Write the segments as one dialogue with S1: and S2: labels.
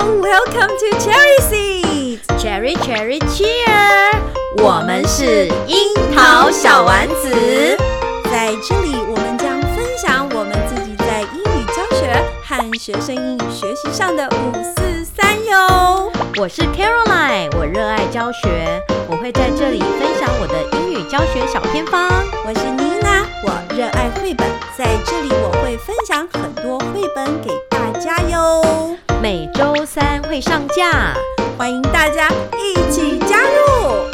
S1: Welcome to Cherry Seed，
S2: Cherry Cherry Cheer，
S1: 我们是樱桃小丸子。在这里我们将分享我们自己在英语教学和学生英语学习上的五四三哟。
S2: 我是 Caroline，我热爱教学，我会在这里分享我的英语教学小偏方。
S1: 我是妮娜，我热爱绘本，在这里我会分享很多绘本给大家哟，
S2: 每周三会上架。
S1: 欢迎大家一起加入。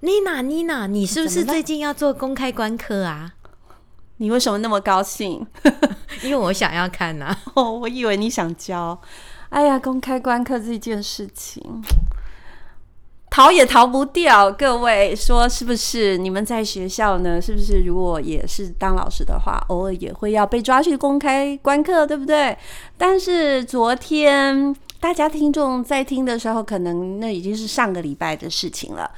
S2: Nina Nina，你是不是
S3: 怎么了
S2: 最近要做公开观课啊？
S3: 你为什么那么高兴？
S2: 因为我想要看啊。
S3: 哦，我以为你想教。哎呀，公开观课这件事情，逃也逃不掉。各位说是不是？你们在学校呢？是不是？如果也是当老师的话，偶尔也会要被抓去公开观课，对不对？但是昨天大家听众在听的时候，可能那已经是上个礼拜的事情了。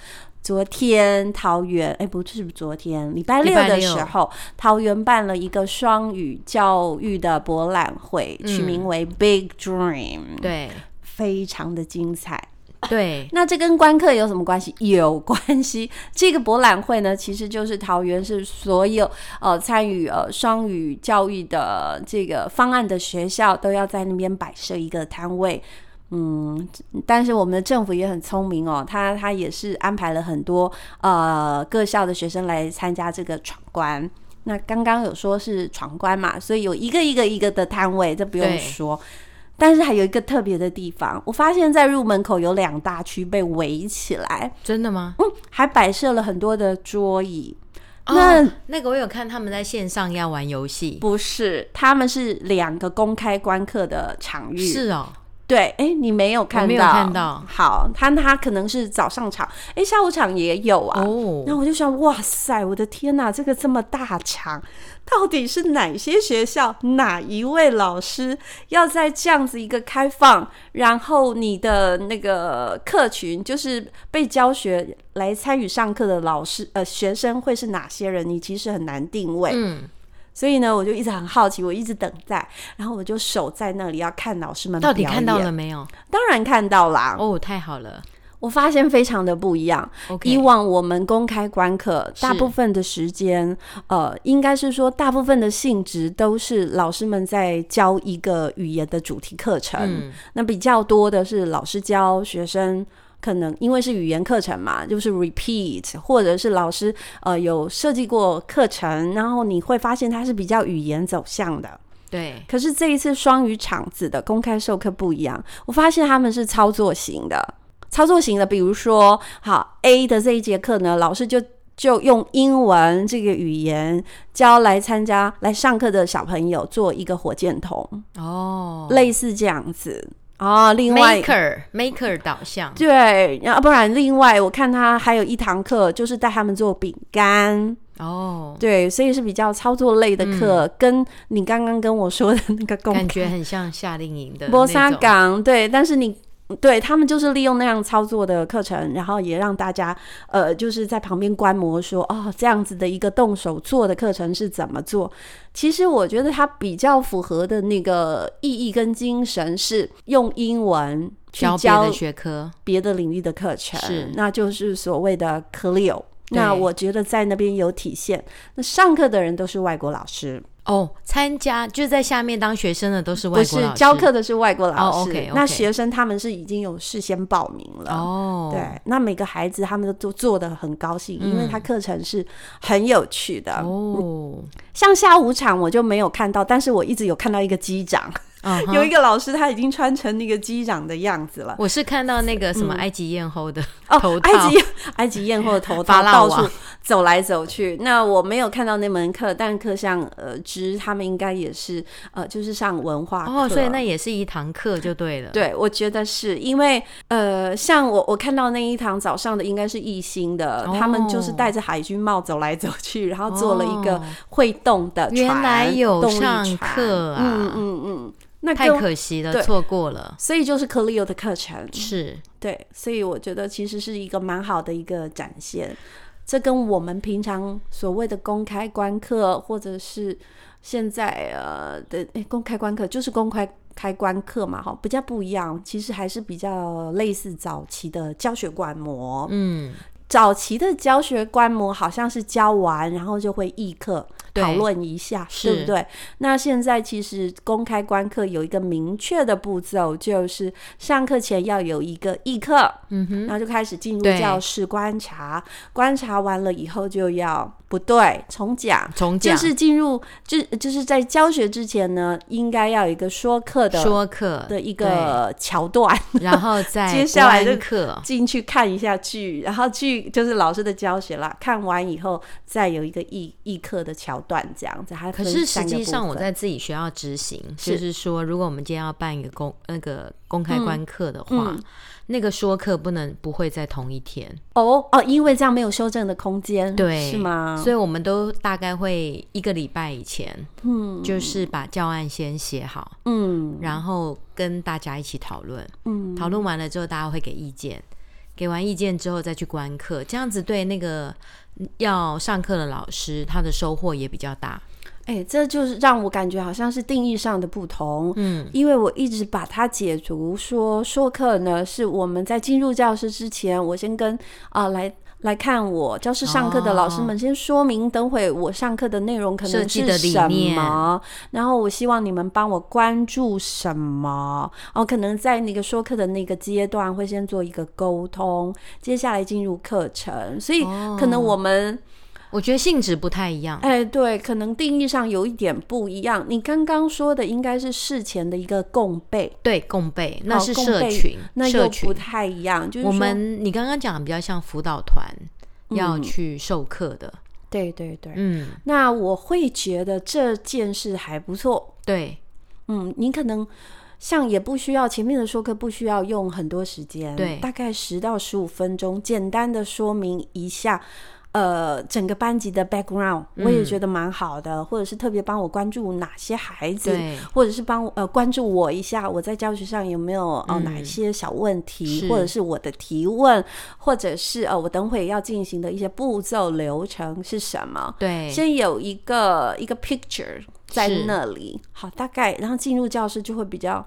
S3: 昨天桃园，哎，不是昨天，礼拜
S2: 礼
S3: 六
S2: 拜
S3: 的
S2: 六
S3: 时候，桃园办了一个双语教育的博览会，取
S2: 嗯
S3: 名为 Big Dream，，
S2: 对
S3: 非常的精彩。
S2: 对，
S3: 那这跟观课有什么关系？有关系。 这个博览会呢，其实就是桃园市所有呃参与呃双语教育的这个方案的学校都要在那边摆设一个摊位。嗯，但是我们的政府也很聪明哦，他他也是安排了很多呃各校的学生来参加这个闯关。那刚刚有说是闯关嘛，所以有一个一个一个的摊位，这不
S2: 对
S3: 用说。但是还有一个特别的地方，我发现在入门口有两大区被围起来，
S2: 真的吗？
S3: 嗯，还摆设了很多的桌椅。
S2: 那、
S3: 那
S2: 哦那个我有看他们在线上要玩游戏，
S3: 不是，他们是两个公开观课的场域。
S2: 是哦，
S3: 对，哎，你没有看到？
S2: 我没有看到
S3: 好，他他可能是早上场，哎，下午场也有啊。那
S2: 哦，
S3: 我就想，哇塞，我的天哪，这个这么大场，到底是哪些学校哪一位老师要在这样子一个开放，然后你的那个客群就是被教学来参与上课的老师呃学生会是哪些人，你其实很难定位。
S2: 嗯，
S3: 所以呢，我就一直很好奇，我一直等待，然后我就守在那里要看老师们
S2: 到底
S3: 表
S2: 看到
S3: 演
S2: 了？没有？
S3: 当然看到啦，
S2: 哦，太好了
S3: 我发现非常的不一样。
S2: ，OK，
S3: 以往我们公开观课，
S2: 是
S3: 大部分的时间，呃，应该是说大部分的性质都是老师们在教一个语言的主题课程。
S2: 嗯，
S3: 那比较多的是老师教学生，可能因为是语言课程嘛，就是 repeat，或者是老师呃有设计过课程，然后你会发现它是比较语言走向的。
S2: 对，
S3: 可是这一次双语场子的公开授课不一样，我发现他们是操作型的，操作型的，比如说，好 A 的这一节课呢，老师就就用英文这个语言教来参加来上课的小朋友做一个火箭筒，
S2: 哦
S3: 类似这样子啊、哦。另外。
S2: ，maker maker 导向，
S3: 对，要不然另外我看他还有一堂课，就是带他们做饼干，
S2: 哦，
S3: 对，所以是比较操作类的课，跟你刚刚跟我说的那个公
S2: 嗯感觉很像夏令营的
S3: 波
S2: 那
S3: 沙
S2: 种
S3: 港对，但是你对他们就是利用那样操作的课程，然后也让大家呃就是在旁边观摩说哦这样子的一个动手做的课程是怎么做。其实我觉得它比较符合的那个意义跟精神是用英文去
S2: 教别
S3: 教
S2: 的学科，
S3: 别的领域的课程，
S2: 是
S3: 那就是所谓的 CLIO。
S2: 对
S3: 那我觉得在那边有体现，那上课的人都是外国老师，
S2: 哦，参加就是在下面当学生的都是外
S3: 不
S2: 国
S3: 是
S2: 老师
S3: 教课的是外国老师。
S2: 哦，OK，OK
S3: 那学生他们是已经有事先报名了。
S2: 哦，
S3: 对，那每个孩子他们都做的很高兴，因为
S2: 嗯
S3: 他课程是很有趣的。
S2: 哦，
S3: 像下午场我就没有看到，但是我一直有看到一个机长，
S2: 嗯哼
S3: 有一个老师他已经穿成那个机长的样子了。
S2: 我是看到那个什么
S3: 嗯
S2: 埃及艳 后的头
S3: 哦，
S2: 套
S3: 埃及埃及艳后的 头套
S2: 法老
S3: 到
S2: 王
S3: 处走来走去。那我没有看到那门课，但课上呃知他们应该也是呃就是上文化课，
S2: 哦，所以那也是一堂课就对了，，
S3: 对，我觉得是因为呃，像我我看到那一堂早上的应该是艺兴的，他们就是
S2: 哦
S3: 戴着海军帽走来走去，然后做了一个
S2: 哦
S3: 会动的船，
S2: 原来有
S3: 动力
S2: 上
S3: 船
S2: 课啊
S3: 嗯嗯嗯，那
S2: 太
S3: 跟
S2: 可惜了，
S3: 对嗯
S2: 错过了，
S3: 所以就是 Clio 的课程，
S2: 是
S3: 对，所以我觉得其实是一个蛮好的一个展现。这跟我们平常所谓的公开观课，或者是现在呃的、诶公开观课，就是公开开观课嘛，哈，比较不一样。其实还是比较类似早期的教学观摩。
S2: 嗯，
S3: 早期的教学观摩好像是教完，然后就会议课
S2: 对
S3: 讨论一下，
S2: 是
S3: 对不对？那现在其实公开观课有一个明确的步骤，就是上课前要有一个议课，
S2: 嗯哼，
S3: 然后就开始进入
S2: 对
S3: 教室观察，观察完了以后就要不对重讲。
S2: 重
S3: 就
S2: 讲
S3: 是进入，就就是在教学之前呢，应该要有一个说课的
S2: 说课
S3: 的一，个桥段，
S2: 对然后再
S3: 接下来就
S2: 观课，
S3: 进去看一下剧，然后剧就是老师的教学啦。看完以后，再有一个议议课的桥段，这样子。它
S2: 可
S3: 分
S2: 是
S3: 三
S2: 实
S3: 个
S2: 际
S3: 部
S2: 上我
S3: 分
S2: 在自己学校执行，
S3: 是
S2: 就是说，如果我们今天要办一个公那个公开观课的话，
S3: 嗯
S2: 那个说课不能不会在同一天，
S3: 哦哦，因为这样没有修正的空间，
S2: 对，
S3: 是吗？
S2: 所以我们都大概会一个礼拜以前，
S3: 嗯
S2: 就是把教案先写好，
S3: 嗯
S2: 然后跟大家一起讨论，
S3: 嗯，
S2: 讨论完了之后大家会给意见，给完意见之后再去观课，这样子对那个要上课的老师他的收获也比较大。
S3: 哎、这就是让我感觉好像是定义上的不同。
S2: 嗯，
S3: 因为我一直把它解读说说课呢，是我们在进入教室之前，我先跟啊、来来看我教室上课的老师们先说明，等会我上课的内容可
S2: 哦设
S3: 能
S2: 计
S3: 是
S2: 的理
S3: 什
S2: 念
S3: 么，然后我希望你们帮我关注什么。哦，可能在那个说课的那个阶段会先做一个沟通，接下来进入课程，所以
S2: 哦
S3: 可能我们、
S2: 我觉得性质不太一样。
S3: 哎，对，可能定义上有一点不一样。你刚刚说的应该是事前的一个共备，
S2: 对，共备那
S3: 好
S2: 是
S3: 哦共
S2: 社
S3: 备
S2: 群，
S3: 那
S2: 社
S3: 又不
S2: 群。
S3: 太一样。就是
S2: 我
S3: 说
S2: 们你刚刚讲的比较像辅导团要去授课的，
S3: 对对嗯对，
S2: 嗯
S3: 那我会觉得这件事还不错。
S2: 对
S3: 嗯，你可能像也不需要前面的说课，不需要用很多时间，
S2: 对
S3: 大概十到十五分钟，简单的说明一下。呃，整个班级的 background 我也
S2: 嗯
S3: 觉得蛮好的，或者是特别帮我关注哪些孩子，
S2: 对，
S3: 或者是帮我呃关注我一下，我在教学上有没有呃、
S2: 嗯
S3: 哪一些小问题，
S2: 是
S3: 或者是我的提问，或者是呃我等会要进行的一些步骤流程是什么？
S2: 对，
S3: 先有一个一个 picture 在
S2: 是
S3: 那里，好，大概然后进入教室就会比较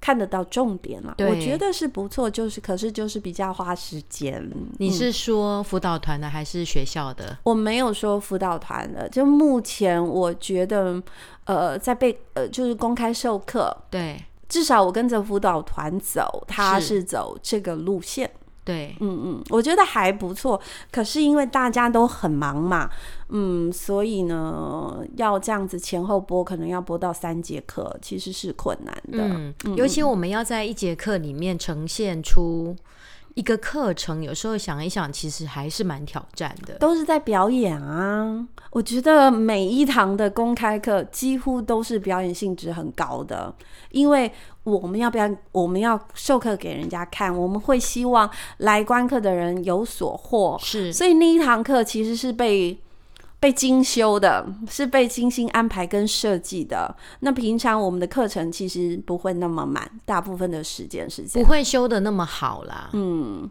S3: 看得到重点了。我
S2: 对
S3: 觉得是不错，就是可是就是比较花时间。嗯
S2: 你是说辅导团的还是学校的？
S3: 我没有说辅导团的，就目前我觉得，呃，在被呃就是公开授课，
S2: 对
S3: 至少我跟着辅导团走，他
S2: 是
S3: 是走这个路线，
S2: 对，
S3: 嗯嗯，我觉得还不错。可是因为大家都很忙嘛，嗯，所以呢，要这样子前后播，可能要播到三节课，其实是困难的。
S2: 嗯，尤其我们要在一节课里面呈现出一个课程，有时候想一想，其实还是蛮挑战的。
S3: 都是在表演啊！我觉得每一堂的公开课几乎都是表演性质很高的，因为我们要表演，我们要授课给人家看，我们会希望来观课的人有所获，
S2: 是
S3: 所以那一堂课其实是被被精修的，是被精心安排跟设计的。那平常我们的课程其实不会那么满，大部分的时间是这
S2: 不
S3: 样。
S2: 会修的那么好啦。
S3: 嗯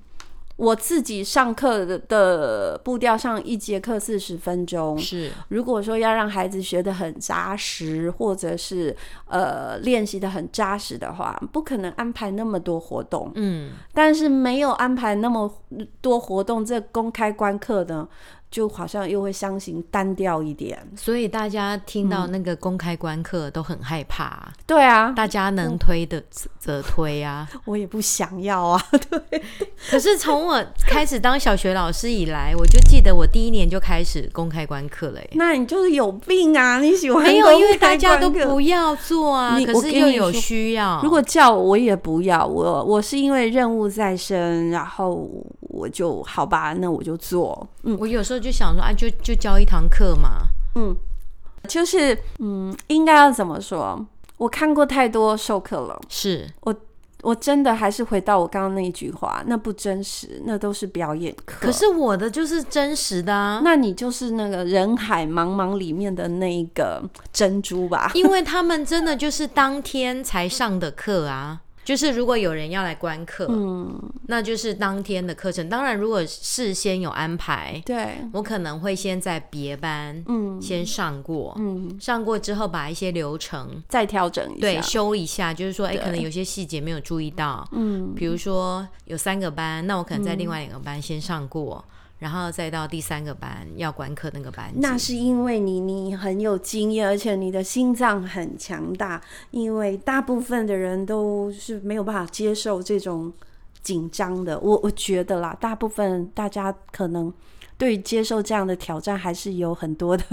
S3: 我自己上课的的步调上，一节课四十分钟。
S2: 是
S3: 如果说要让孩子学得很扎实，或者是呃练习的很扎实的话，不可能安排那么多活动。
S2: 嗯，
S3: 但是没有安排那么多活动，这公开观课呢，就好像又会相形单调一点。
S2: 所以大家听到
S3: 嗯
S2: 那个公开观课都很害怕啊、
S3: 对啊，
S2: 大家能推的则则推啊。
S3: 我也不想要啊。
S2: 可是从我开始当小学老师以来，我就记得我第一年就开始公开观课了耶。
S3: 那你就是有病啊！你喜欢
S2: 没有，
S3: 公
S2: 因为大
S3: 开
S2: 家都
S3: 观课
S2: 不要做啊，
S3: 你
S2: 可
S3: 我
S2: 是
S3: 跟
S2: 又
S3: 你
S2: 有
S3: 说
S2: 需要。
S3: 如果叫我也不要，我我是因为任务在身，然后我就好吧，那我就做。嗯，
S2: 我有时候就想说啊，就就教一堂课嘛，
S3: 就是嗯，应该要怎么说？我看过太多授课了，
S2: 是
S3: 我真的还是回到我刚刚那一句话，那不真实，那都是表演课。
S2: 可是我的就是真实的啊，
S3: 那你就是那个人海茫茫里面的那一个珍珠吧？
S2: 因为他们真的就是当天才上的课啊，就是如果有人要来观课，
S3: 嗯，
S2: 那就是当天的课程。当然，如果事先有安排，
S3: 对，
S2: 我可能会先在别班
S3: 嗯
S2: 先上过，
S3: 嗯，
S2: 上过之后把一些流程
S3: 再调整一
S2: 对
S3: 下，
S2: 修一下，就是说，哎，
S3: 对
S2: 可能有些细节没有注意到，
S3: 嗯，
S2: 比如说有三个班，那我可能在另外两个班先上过，
S3: 嗯
S2: 然后再到第三个班要观课那个班级。
S3: 那是因为你你很有经验，而且你的心脏很强大，因为大部分的人都是没有办法接受这种紧张的。我我觉得啦，大部分大家可能对于接受这样的挑战还是有很多的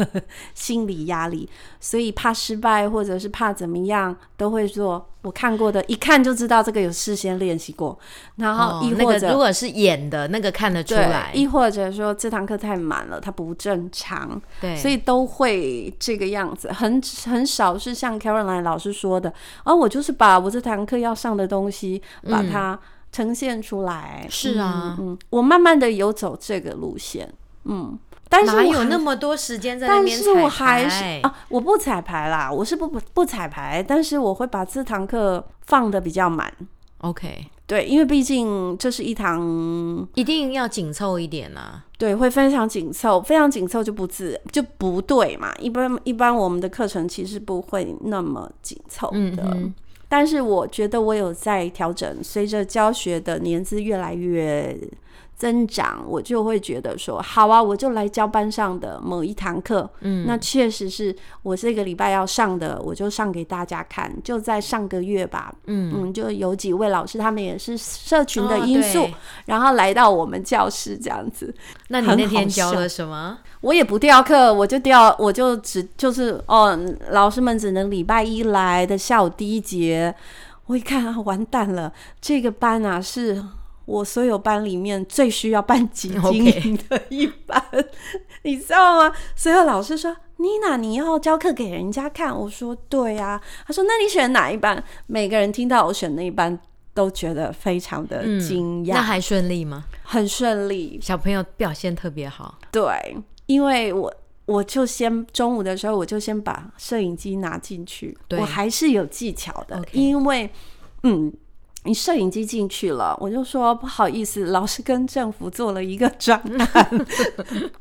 S3: 心理压力，所以怕失败或者是怕怎么样，都会做。我看过的，一看就知道这个有事先练习过，然后亦
S2: 哦那
S3: 或
S2: 个
S3: 者、
S2: 如果是演的那个看得出来
S3: 对，，亦或者说这堂课太满了，它不正常。
S2: 对，
S3: 所以都会这个样子，很很少是像 Caroline 老师说的，而、我就是把我这堂课要上的东西把它呈现出来。
S2: 嗯是啊
S3: 嗯，嗯我慢慢的有走这个路线，嗯，但是
S2: 哪
S3: 我
S2: 有
S3: 还
S2: 那么多时间在那
S3: 但
S2: 边
S3: 是我
S2: 彩
S3: 还
S2: 排
S3: 是啊，我不彩排啦，我是不不不彩排，但是我会把这堂课放的比较满，
S2: OK，
S3: 对，因为毕竟这是一堂
S2: 一定要紧凑一点啊。
S3: 对，会非常紧凑，非常紧凑就不自就不对嘛。一般一般我们的课程其实不会那么紧凑
S2: 嗯
S3: 的，
S2: 哼
S3: 但是我觉得我有在调整，随着教学的年资越来越增长，我就会觉得说，好啊，我就来教班上的某一堂课，
S2: 嗯，
S3: 那确实是我这个礼拜要上的，我就上给大家看，就在上个月吧，
S2: 嗯，
S3: 嗯，就有几位老师他们也是社群的
S2: 哦
S3: 因素，
S2: 对
S3: 然后来到我们教室这样子。
S2: 那你
S3: 很
S2: 那
S3: 好
S2: 天教
S3: 笑
S2: 了什么？
S3: 我也不调课，我就调，我就只就是哦，老师们只能礼拜一来的下午第一节。我一看啊，完蛋了，这个班啊是我所有班里面最需要班级
S2: OK
S3: 经营的一班你知道吗？所有老师说：“妮娜，你要教课给人家看。”我说：“对呀、他说：“那你选哪一班？”每个人听到我选那一班，都觉得非常的
S2: 嗯
S3: 惊
S2: 那
S3: 讶，
S2: 还顺利吗？
S3: 很顺利。
S2: 小朋友表现特别好，
S3: 对，因为我我就先中午的时候，我就先把摄影机拿进去，
S2: 对
S3: 我还是有技巧的
S2: OK
S3: 因为嗯。你摄影机进去了，我就说不好意思，老师跟政府做了一个专 案，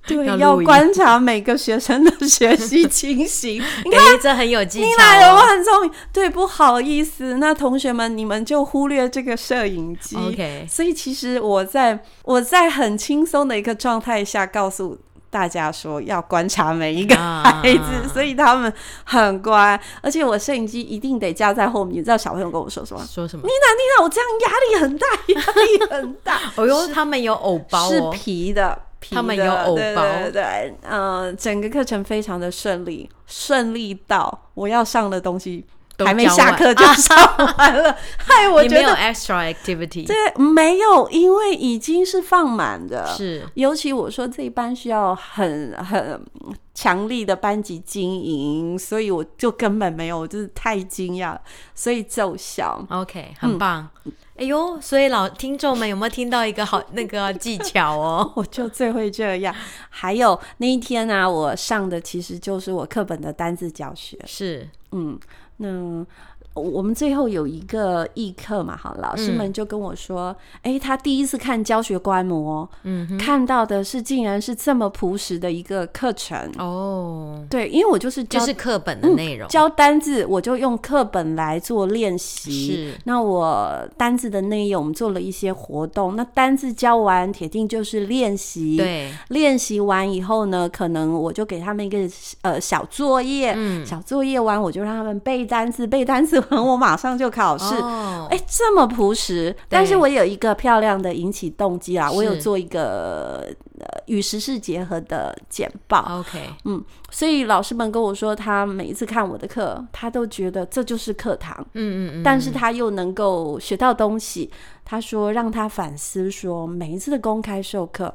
S3: 对，
S2: 要录
S3: 要
S2: 影
S3: 观察每个学生的学习 情形，
S2: 你看这很有技
S3: 你
S2: 巧
S3: 来了，我
S2: 哦。
S3: 很聪明。对，不好意思，那同学们，你们就忽略这个摄影机。
S2: OK
S3: 所以其实我在我在很轻松的一个状态下告诉。大家说要观察每一个
S2: 啊
S3: 孩子，所以他们很乖，而且我摄影机一定得架在后面。你知道小朋友跟我说什么？
S2: 说什么
S3: 妮？娜，妮娜，我这样压力很大，压力很大。
S2: 哦哟，他们有偶 包
S3: 是
S2: 哦。
S3: 皮的，皮
S2: 他们
S3: 的
S2: 有偶
S3: 对
S2: 包
S3: 对对，呃，整个课程非常的顺利，顺利到我要上的东西
S2: 都
S3: 还没
S2: 教完
S3: 下课就上 完了，害我
S2: 你
S3: 觉
S2: 没有
S3: 得
S2: extra activity，
S3: 对没有，因为已经是放满的，
S2: 是
S3: 尤其我说这一班需要很很强力的班级经营，所以我就根本没有，我就是太惊讶了，所以奏效。
S2: OK，很棒。
S3: 嗯
S2: 哎呦，所以老听众们有没有听到一个好 那个技巧哦？
S3: 我就最会这样。还有那一天呢、我上的其实就是我课本的单字教学。
S2: 是
S3: 嗯，那我们最后有一个艺课嘛，好，老师们就跟我说，哎、他第一次看教学观摩，
S2: 嗯
S3: 看到的是竟然是这么朴实的一个课程。
S2: 哦，
S3: 对，因为我就是教
S2: 就是课本的内容。
S3: 教单字，我就用课本来做练习。
S2: 是
S3: 那我单字的内容，我们做了一些活动。那单字教完，铁定就是练习。。
S2: 对，
S3: 练习完以后呢，可能我就给他们一个呃小作业，
S2: 嗯
S3: 小作业完我就让他们背单词，背单词完我马上就考试。
S2: 哦
S3: 哎、这么朴实，但是我有一个漂亮的引起动机啊，
S2: 是
S3: 我有做一个呃与时事结合的简报，
S2: ，OK，
S3: 所以老师们跟我说，他每一次看我的课，他都觉得这就是课堂，
S2: 嗯嗯嗯，
S3: 但是他又能够学到东西。他说让他反思说，每一次的公开授课，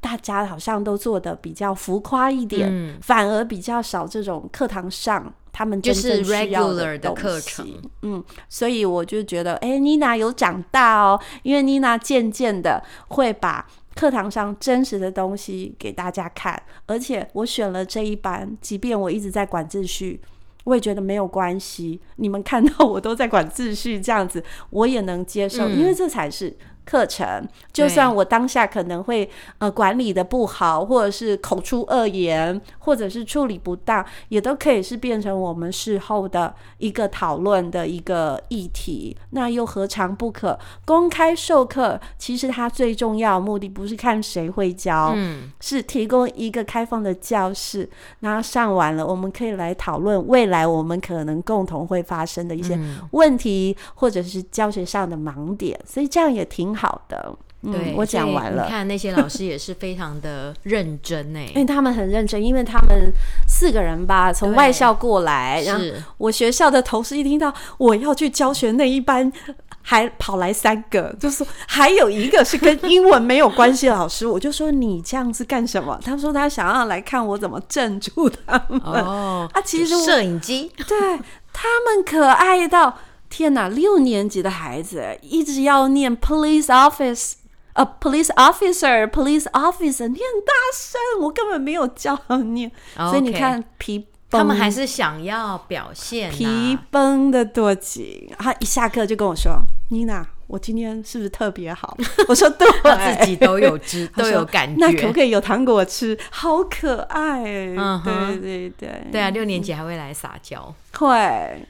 S3: 大家好像都做的比较浮夸一点，
S2: 嗯
S3: 反而比较少这种课堂上他们真正
S2: 就是
S3: 需要
S2: regular 的
S3: 东西
S2: 课程。
S3: 嗯，所以我就觉得，哎、妮娜有长大哦，因为妮娜渐渐的会把。课堂上真实的东西给大家看，而且我选了这一班，即便我一直在管秩序，我也觉得没有关系，你们看到我都在管秩序这样子，我也能接受，
S2: 嗯
S3: 因为这才是课程。就算我当下可能会呃管理的不好，或者是口出恶言，或者是处理不当，也都可以是变成我们事后的一个讨论的一个议题。那又何尝不可？公开授课，其实它最重要的目的不是看谁会教，
S2: 嗯，
S3: 是提供一个开放的教室，那上完了，我们可以来讨论未来我们可能共同会发生的一些
S2: 嗯
S3: 问题，或者是教学上的盲点，所以这样也挺好的。
S2: 对
S3: 嗯，，我讲
S2: 所以
S3: 完了
S2: 你。看那些老师也是非常的认真哎、
S3: 因 为他们很认真，因为他们四个人吧，从
S2: 对
S3: 外校过来，哎然后
S2: 是，
S3: 我学校的同事一听到我要去教学那一班，还跑来三个，就说还有一个是跟英文没有关系的老师，我就说你这样子干什么？他说他想要来看我怎么镇住他们。
S2: 哦，
S3: 啊其实我
S2: 摄影机，
S3: 对他们可爱到天哪！六年级的孩子一直要念 police office。呃、p o l i c e officer, police officer，念大声，我根本没有叫他念所以你
S2: OK
S3: 看皮绷，
S2: 他们还是想要表现、啊、
S3: 皮绷的多紧。他一下课就跟我说：“妮娜，我今天是不是特别好？” 我说：“对，
S2: 他自己都有 知
S3: 他
S2: 都
S3: 说
S2: 有感觉。
S3: 那可不可以有糖果吃？好可爱、
S2: 嗯
S3: 对
S2: 哼
S3: 对对，
S2: 对啊，六年级还会来撒娇，
S3: 会，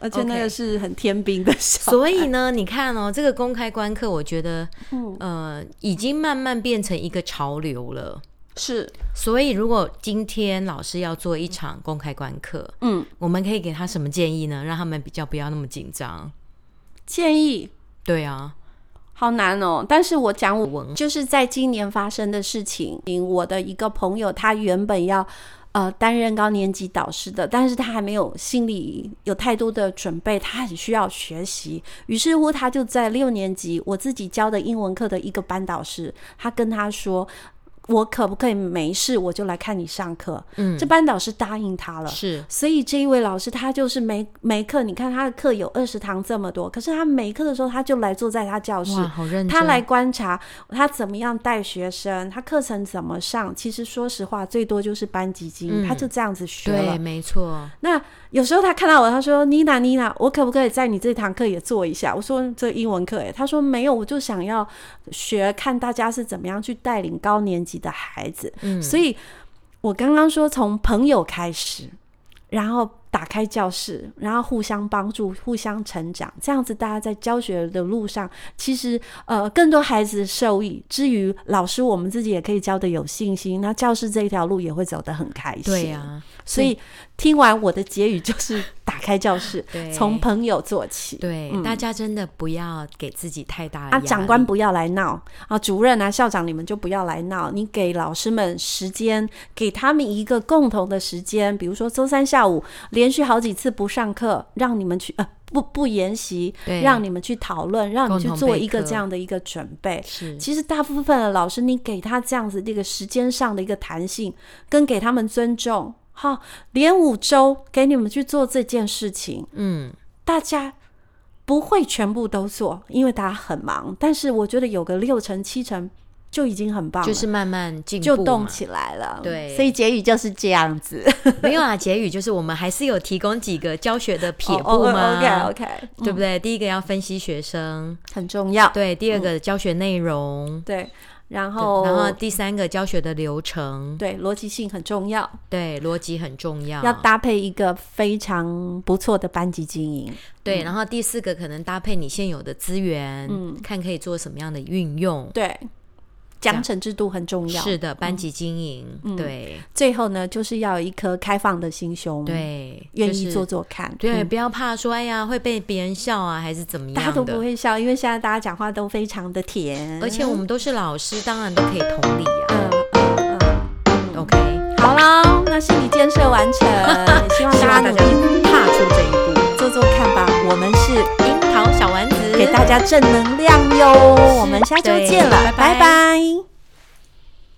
S3: 而且那
S2: OK
S3: 个是很天兵的小
S2: 所以呢，你看哦，这个公开观课，我觉得，
S3: 嗯
S2: 呃，已经慢慢变成一个潮流了。
S3: 是，
S2: 所以，如果今天老师要做一场公开观课，
S3: 嗯，
S2: 我们可以给他什么建议呢？让他们比较不要那么紧张。
S3: 建议
S2: 对啊，
S3: 好难哦，但是我讲我
S2: 文
S3: 就是在今年发生的事情。我的一个朋友，他原本要呃担任高年级导师的，但是他还没有心里有太多的准备，他很需要学习。于是乎，他就在六年级我自己教的英文课的一个班导师，他跟他说。我可不可以没事我就来看你上课？
S2: 嗯
S3: 这班导师答应他了，
S2: 是
S3: 所以这一位老师他就是没没课，你看他的课有二十堂这么多，可是他没课的时候他就来坐在他教室
S2: 哇，，好认真。
S3: 他来观察他怎么样带学生，他课程怎么上。其实说实话，最多就是班级经营，
S2: 嗯
S3: 他就这样子学
S2: 对，
S3: 了。
S2: 没错，
S3: 那有时候他看到我，他说：“妮娜，妮娜，我可不可以在你这堂课也做一下？”我说：“这英文课。”哎，他说：“没有，我就想要学看大家是怎么样去带领高年级的孩子。”
S2: 嗯，
S3: 所以，我刚刚说从朋友开始，然后打开教室，然后互相帮助、互相成长，这样子大家在教学的路上，其实呃更多孩子受益。至于老师，我们自己也可以教的有信心，那教室这一条路也会走得很开心。
S2: 对呀、啊
S3: 所
S2: 嗯
S3: 以听完我的结语就是打开教室
S2: 对，
S3: 从朋友做起。
S2: 对、大家真的不要给自己太大的
S3: 嗯啊，
S2: 压力。
S3: 长官不要来闹啊，主任啊，校长你们就不要来闹。你给老师们时间，给他们一个共同的时间，比如说周三下午连续好几次不上课，让你们去呃不不研习，
S2: 对
S3: 让你们去讨论，让你去
S2: 共同
S3: 做
S2: 备
S3: 一个
S2: 课
S3: 这样的一个准备。
S2: 是
S3: 其实大部分的老师，你给他这样子这个时间上的一个弹性，跟给他们尊重，哈，连五周给你们去做这件事情，
S2: 嗯，
S3: 大家不会全部都做，因为大家很忙。但是我觉得有个六成七成就已经很棒了，
S2: 就是慢慢进步
S3: 就动
S2: 嘛
S3: 起来了。
S2: 对
S3: 所以结语就是这样子。
S2: 没有啊，结语就是我们还是有提供几个教学的撇步嘛。
S3: OK OK，
S2: 对不对？第一个要分析学生，
S3: 很重要。
S2: 对；第二个教学内容，
S3: 对，然
S2: 对
S3: 后
S2: 然后第三个教学的流程，
S3: 对逻辑性很重要，
S2: 对，逻辑很重要。
S3: 要搭配一个非常不错的班级经营。
S2: 对，然后第四个可能搭配你现有的资源，
S3: 嗯
S2: 看可以做什么样的运用。
S3: 对，奖惩制度很重要。嗯
S2: 是的，班级经营，对
S3: 最后呢，就是要有一颗开放的心胸，，
S2: 对，
S3: 嗯愿
S2: 就
S3: 意
S2: 是
S3: 做做看。
S2: 对，
S3: 嗯
S2: 不要怕说哎呀会被别人笑啊，还是怎么样的。
S3: 大家都不会笑，因为现在大家讲话都非常的甜，
S2: 而且我们都是老师，当然都可以同理啊。
S3: 嗯嗯嗯
S2: OK，
S3: 好啦，那心理建设完 成，希望
S2: 希
S3: 大家
S2: 望大
S3: 努
S2: 家
S3: 力
S2: 踏出这一步。
S3: 做做看吧。我们是
S2: 樱桃小丸子
S3: 给大家正能量哟，我们下周
S2: 对
S3: 见了，
S2: 拜拜
S3: 拜拜